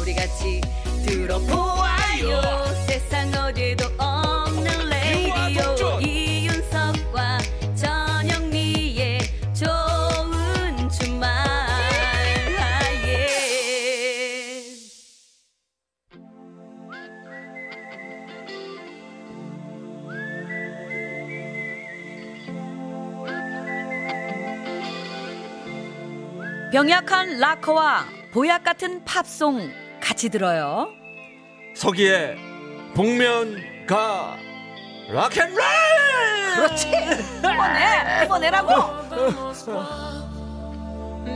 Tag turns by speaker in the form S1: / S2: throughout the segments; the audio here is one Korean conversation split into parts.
S1: 우리 같이 들어보아요 세상 어디도 없는 레이디오
S2: 유아동전.
S1: 이윤석과 전영미의 좋은 주말 아, 예. 병약한 락커와 보약 같은 팝송 같이 들어요.
S3: 서기의 복면가 락앤롤
S1: 그렇지. 뽑아내, 뽑아내라고.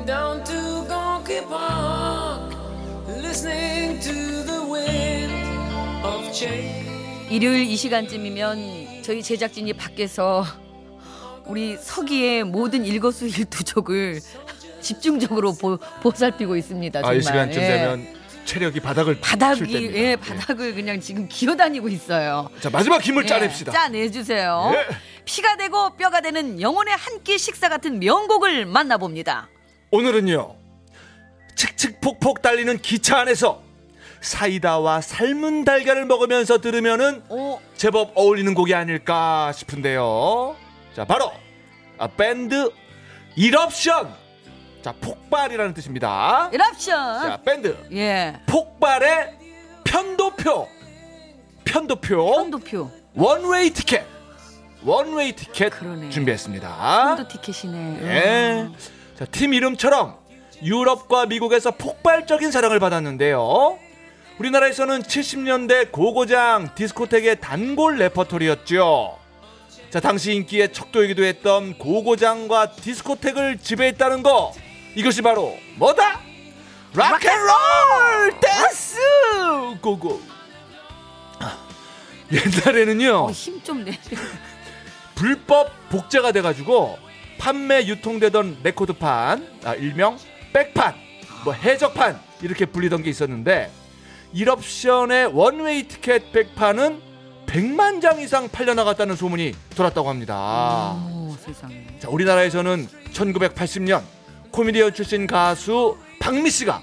S4: down to Gonky Park, listening to the wind of change.
S1: 일요일 이 시간쯤이면 저희 제작진이 밖에서 우리 서기의 모든 일거수일투족을 집중적으로 보, 보살피고 있습니다. 정말.
S3: 아이 시간쯤
S1: 예.
S3: 되면 체력이 바닥을 칠
S1: 바닥이
S3: 때입니다.
S1: 예, 바닥을 그냥 지금 기어다니고 있어요.
S3: 자 마지막 힘을
S1: 예,
S3: 짜냅시다
S1: 짜내주세요. 어?
S3: 예.
S1: 피가 되고 뼈가 되는 영혼의 한 끼 식사 같은 명곡을 만나봅니다.
S3: 오늘은요 칙칙폭폭 달리는 기차 안에서 사이다와 삶은 달걀을 먹으면서 들으면은
S1: 오,
S3: 제법 어울리는 곡이 아닐까 싶은데요 자 바로 아, 밴드 일옵션 자 폭발이라는 뜻입니다
S1: 랍션.
S3: 자 밴드
S1: 예.
S3: 폭발의 편도표 편도표
S1: 선도표.
S3: 원웨이 티켓 원웨이 티켓
S1: 그러네.
S3: 준비했습니다.
S1: 선도 티켓이네.
S3: 예. 자, 팀 이름처럼 유럽과 미국에서 폭발적인 사랑을 받았는데요. 우리나라에서는 70년대 고고장 디스코텍의 단골 레퍼토리였죠. 자, 당시 인기의 척도이기도 했던 고고장과 디스코텍을 지배했다는 거. 이것이 바로 뭐다? 락앤롤 댄스 고고. 아, 옛날에는요.
S1: 어, 힘 좀 내.
S3: 불법 복제가 돼가지고 판매 유통되던 레코드판, 아, 일명 백판, 뭐 해적판 이렇게 불리던 게 있었는데 일옵션의 원웨이 티켓 백판은 100만 장 이상 팔려나갔다는 소문이 돌았다고 합니다.
S1: 오, 어, 세상에.
S3: 자, 우리나라에서는 1980년 코미디언 출신 가수 박미 씨가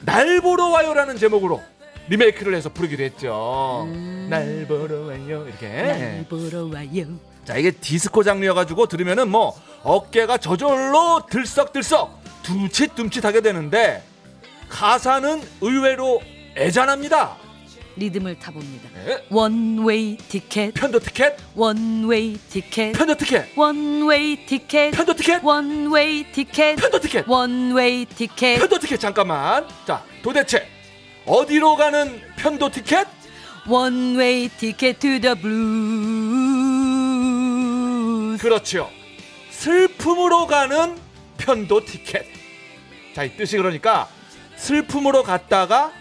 S3: 날 보러 와요라는 제목으로 리메이크를 해서 부르기도 했죠. 날 보러 와요 이렇게.
S1: 날 보러 와요.
S3: 자 이게 디스코 장르여가지고 들으면은 뭐 어깨가 저절로 들썩들썩 둠칫둠칫하게 되는데 가사는 의외로 애잔합니다.
S1: 리듬을 타봅니다.
S3: 예.
S1: 원웨이 티켓,
S3: 편도 티켓,
S1: 원웨이 티켓,
S3: 편도 티켓,
S1: 원웨이 티켓,
S3: 편도 티켓,
S1: 원웨이 티켓,
S3: 편도 티켓,
S1: 원웨이 티켓,
S3: 편도 티켓 잠깐만. 자 도대체 어디로 가는 편도 티켓?
S1: 원웨이 티켓 to the blues.
S3: 그렇지요. 슬픔으로 가는 편도 티켓. 자 이 뜻이 그러니까 슬픔으로 갔다가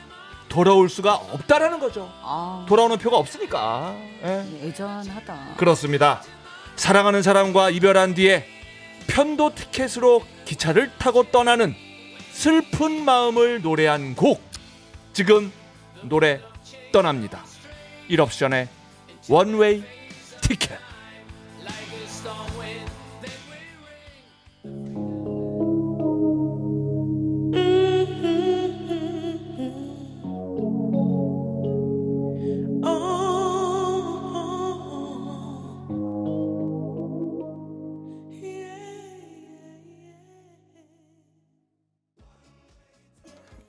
S3: 돌아올 수가 없다라는 거죠.
S1: 아,
S3: 돌아오는 표가 없으니까. 예.
S1: 예전하다.
S3: 그렇습니다. 사랑하는 사람과 이별한 뒤에 편도 티켓으로 기차를 타고 떠나는 슬픈 마음을 노래한 곡. 지금 노래 떠납니다. 1옵션의 원웨이 티켓.
S5: 어,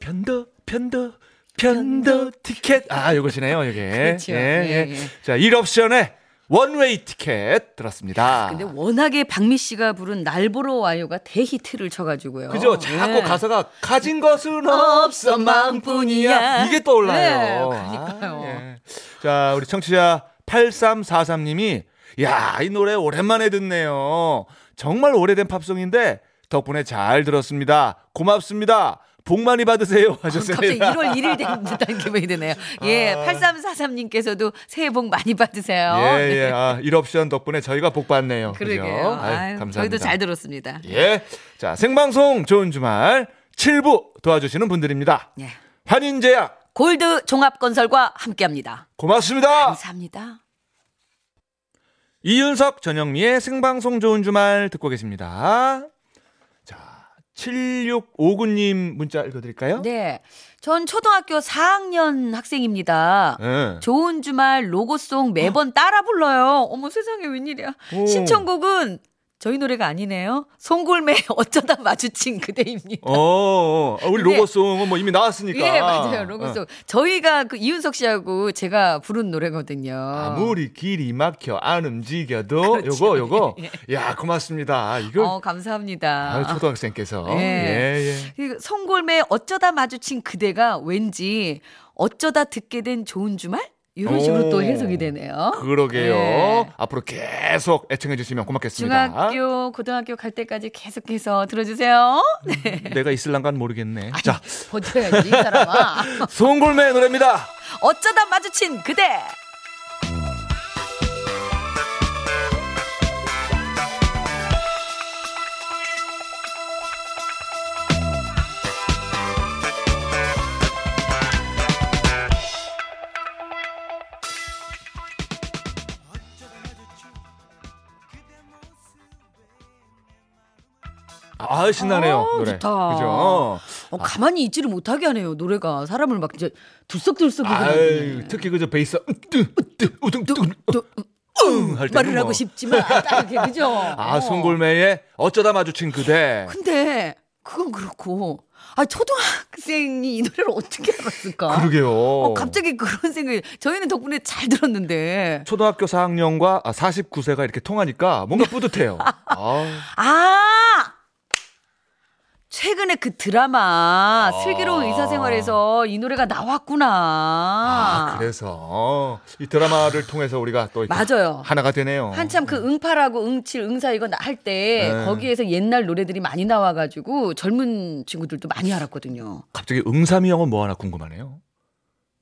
S3: 편도 편도 편도 티켓. 아, 요것이네요, 이게.
S1: 그렇죠. 예, 예.
S3: 자, 1옵션의 원웨이 티켓 들었습니다.
S1: 근데 워낙에 박미 씨가 부른 날 보러 와요가 대히트를 쳐가지고요.
S3: 그죠? 자꾸
S1: 예.
S3: 가사가 가진 것은 없어
S1: 없어
S3: 마음뿐이야
S1: 마음뿐이야.
S3: 이게 떠올라요.
S1: 네, 그러니까요.
S3: 아, 예. 자 우리 청취자 8343님이 야이 노래 오랜만에 듣네요. 정말 오래된 팝송인데 덕분에 잘 들었습니다. 고맙습니다. 복 많이 받으세요
S1: 갑자기
S3: 하셨습니다.
S1: 1월 1일 된 듯한 기분이 드네요. 예, 8343님께서도 새해 복 많이 받으세요.
S3: 예, 예. 아, 1옵션 덕분에 저희가 복 받네요. 그죠?
S1: 그러게요.
S3: 아유,
S1: 아유,
S3: 감사합니다.
S1: 저희도 잘 들었습니다.
S3: 예. 자, 생방송 좋은 주말 7부 도와주시는 분들입니다.
S1: 예.
S3: 환인제약,
S1: 골드 종합건설과 함께합니다.
S3: 고맙습니다.
S1: 감사합니다.
S3: 이윤석 전영미의 생방송 좋은 주말 듣고 계십니다. 자, 7659님 문자 읽어드릴까요?
S1: 네, 전 초등학교 4학년 학생입니다.
S3: 네.
S1: 좋은 주말 로고송 매번 따라 불러요. 어머 세상에 웬일이야.
S3: 오.
S1: 신청곡은 저희 노래가 아니네요. 송골매 어쩌다 마주친 그대입니다.
S3: 어, 어, 어, 우리
S1: 근데-
S3: 로고송은 뭐 이미 나왔으니까.
S1: 네.
S3: 어.
S1: 예, 맞아요. 로고송. 저희가 그 이윤석 씨하고 제가 부른 노래거든요.
S3: 어. 아무리 길이 막혀 안 움직여도 요거 요거. 야, 고맙습니다. 아, 이거
S1: 그렇죠. 예. 어, 감사합니다.
S3: 아, 초등학생께서
S1: 예.
S3: 예, 예.
S1: 그 송골매 어쩌다 마주친 그대가 왠지 어쩌다 듣게 된 좋은 주말? 이런 식으로
S3: 오.
S1: 또 해석이 되네요.
S3: 그러게요.
S1: 예.
S3: 앞으로 계속 애청해 주시면 고맙겠습니다.
S1: 중학교, 고등학교 갈 때까지 계속해서 들어주세요. 네.
S3: 내가 있을란간 모르겠네. 자,
S1: 버텨야지, 이 사람아.
S3: 송골매 노래입니다.
S1: 어쩌다 마주친 그대.
S3: 아, 신나네요.
S1: 아,
S3: 노래.
S1: 좋다.
S3: 그죠?
S1: 어, 가만히 있지를 못하게 하네요. 노래가 사람을 막 이제 들썩들썩
S3: 아유,
S1: 하거든요.
S3: 특히 그저 베이스 음, 어, 우뚱뚱뚱뚱뚱할
S1: 어,
S3: 뭐
S1: 말을 하고 싶지만 딱 이렇게 그죠?
S3: 아,
S1: 어.
S3: 송골매의 어쩌다 마주친 그대.
S1: 근데 그건 그렇고 아 초등학생이 이 노래를 어떻게 알았을까?
S3: 그러게요.
S1: 어, 갑자기 그런 생각이 저희는 덕분에 잘 들었는데
S3: 초등학교 4학년과 49세가 이렇게 통하니까 뭔가 뿌듯해요. 아,
S1: 아 최근에 그 드라마
S3: 아.
S1: 슬기로운 의사생활에서 이 노래가 나왔구나.
S3: 아, 그래서 이 드라마를 통해서 우리가 또 이렇게
S1: 맞아요.
S3: 하나가 되네요.
S1: 한참 그 응팔하고 응칠 응사 이거 할 때
S3: 네.
S1: 거기에서 옛날 노래들이 많이 나와가지고 젊은 친구들도 많이 알았거든요.
S3: 갑자기 응삼이 형은 뭐 하나 궁금하네요.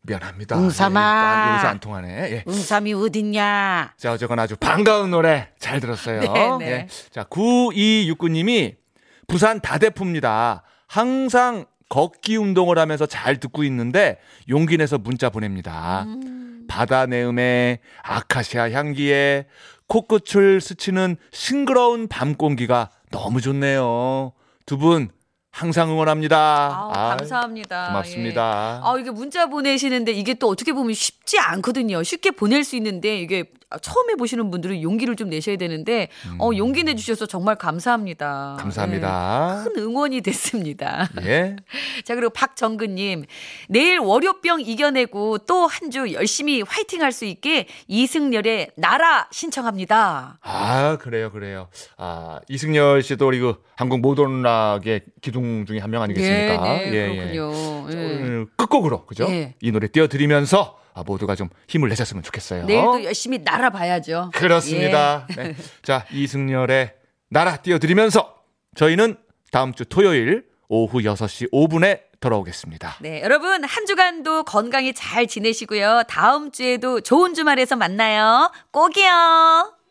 S3: 미안합니다.
S1: 응삼아.
S3: 예, 일단 여기서 안 통하네. 예.
S1: 응삼이 어딨냐?
S3: 자, 어쨌건 아주 반가운 노래 잘 들었어요.
S1: 네, 네.
S3: 예. 자, 9269님이 부산 다대포입니다. 항상 걷기 운동을 하면서 잘 듣고 있는데 용기 내서 문자 보냅니다.
S1: 음.
S3: 바다 내음에 아카시아 향기에 코끝을 스치는 싱그러운 밤 공기가 너무 좋네요. 두 분 항상 응원합니다.
S1: 아우,
S3: 아이,
S1: 감사합니다.
S3: 고맙습니다.
S1: 예. 아, 이게 문자 보내시는데 이게 또 어떻게 보면 쉽지 않거든요. 쉽게 보낼 수 있는데 이게 처음에 보시는 분들은 용기를 좀 내셔야 되는데 어,
S3: 음.
S1: 용기 내주셔서 정말 감사합니다. 예.
S3: 감사합니다.
S1: 큰 응원이 됐습니다.
S3: 예.
S1: 자, 그리고 박정근님. 내일 월요병 이겨내고 또 한 주 열심히 화이팅 할 수 있게 이승열의 나라 신청합니다.
S3: 아 그래요 그래요 아 이승열 씨도 우리 그 한국 모던 락의 기둥 중에 한 명 아니겠습니까?
S1: 네, 네, 그렇군요.
S3: 예.
S1: 예.
S3: 오늘 끝곡으로 그죠?
S1: 예.
S3: 이 노래 띄워드리면서 아, 모두가 좀 힘을 내셨으면 좋겠어요.
S1: 내일도 예. 열심히 날아봐야죠.
S3: 그렇습니다. 네. 자 이승열의 나라 띄워드리면서 저희는 다음 주 토요일 오후 6시 5분에 돌아오겠습니다.
S1: 예. 네, 여러분 한 주간도 건강히 잘 지내시고요. 다음 주에도 좋은 주말에서 만나요. 꼭이요.